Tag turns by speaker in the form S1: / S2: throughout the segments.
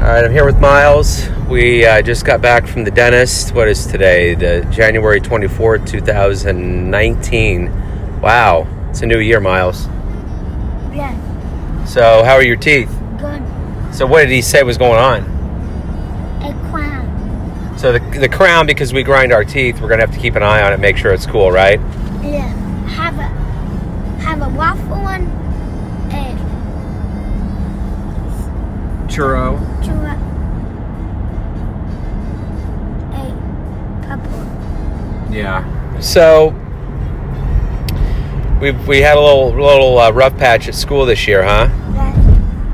S1: right, I'm here with Miles. We uh, just got back from the dentist. What is today? The January 24th, 2019. Wow, it's a new year, Miles.
S2: Yeah,
S1: So, how are your teeth?
S2: good.
S1: So, what did he say was going on?
S2: A crown.
S1: So, the, the crown, because we grind our teeth, we're going to have to keep an eye on it, make sure it's cool, right?
S2: Yeah. Have a have a waffle one. A
S3: Churro.
S2: giraffe. A couple.
S3: Yeah.
S1: So, we we had a little, little uh, rough patch at school this year, huh?
S2: That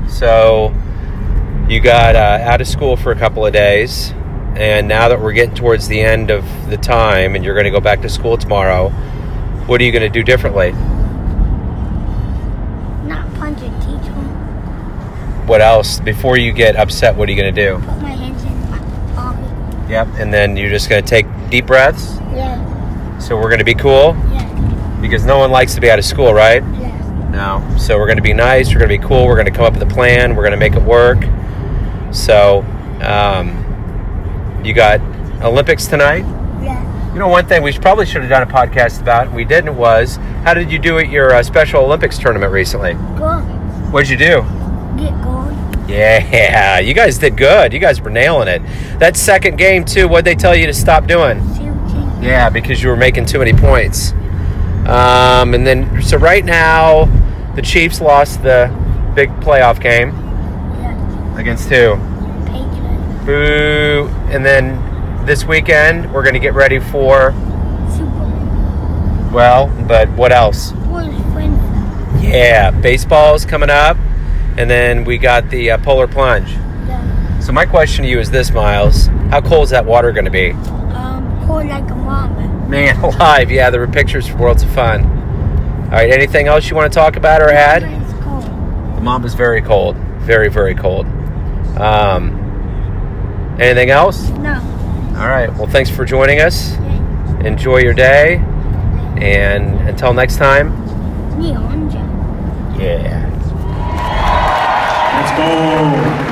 S1: So you got uh, out of school for a couple of days, and now that we're getting towards the end of the time, and you're going to go back to school tomorrow, what are you going to do differently?
S2: not punch a teacher.
S1: What else? Before you get upset, what are you going to do?
S2: Put my hands in my pocket.
S1: Yep. And then you're just going to take deep breaths.
S2: Yeah.
S1: So we're going to be cool
S2: Yeah.
S1: because no one likes to be out of school, right?
S2: Yeah.
S1: No. So we're going to be nice. We're going to be cool. We're going to come up with a plan. We're going to make it work. So um, you got Olympics tonight.
S2: Yeah.
S1: You know, one thing we probably should have done a podcast about, and we didn't, was how did you do at your uh, Special Olympics tournament recently?
S2: Gold.
S1: What'd you do?
S2: Get gold.
S1: Yeah, you guys did good. You guys were nailing it. That second game, too, what'd they tell you to stop doing?
S2: Silver.
S1: Yeah, because you were making too many points. Um, and then, so right now, the Chiefs lost the big playoff game
S2: Yeah.
S1: against who?
S2: Patron.
S1: Boo. And then this weekend, we're going to get ready for,
S2: Super.
S1: well, but what else?
S2: Boys friend.
S1: Yeah, baseball's coming up, and then we got the uh, polar plunge.
S2: Yeah.
S1: So my question to you is this, Miles: How cold is that water going to be?
S2: Um. Cold like a mama.
S1: Man, alive! Yeah, there were pictures from Worlds of Fun. All right, anything else you want to talk about or add?
S2: It's cold.
S1: The mom is very cold, very very cold. Um, anything else?
S2: No.
S1: All right. Well, thanks for joining us.
S2: Yeah.
S1: Enjoy your day, and until next time.
S2: Neon.
S1: Yeah.
S4: Let's go.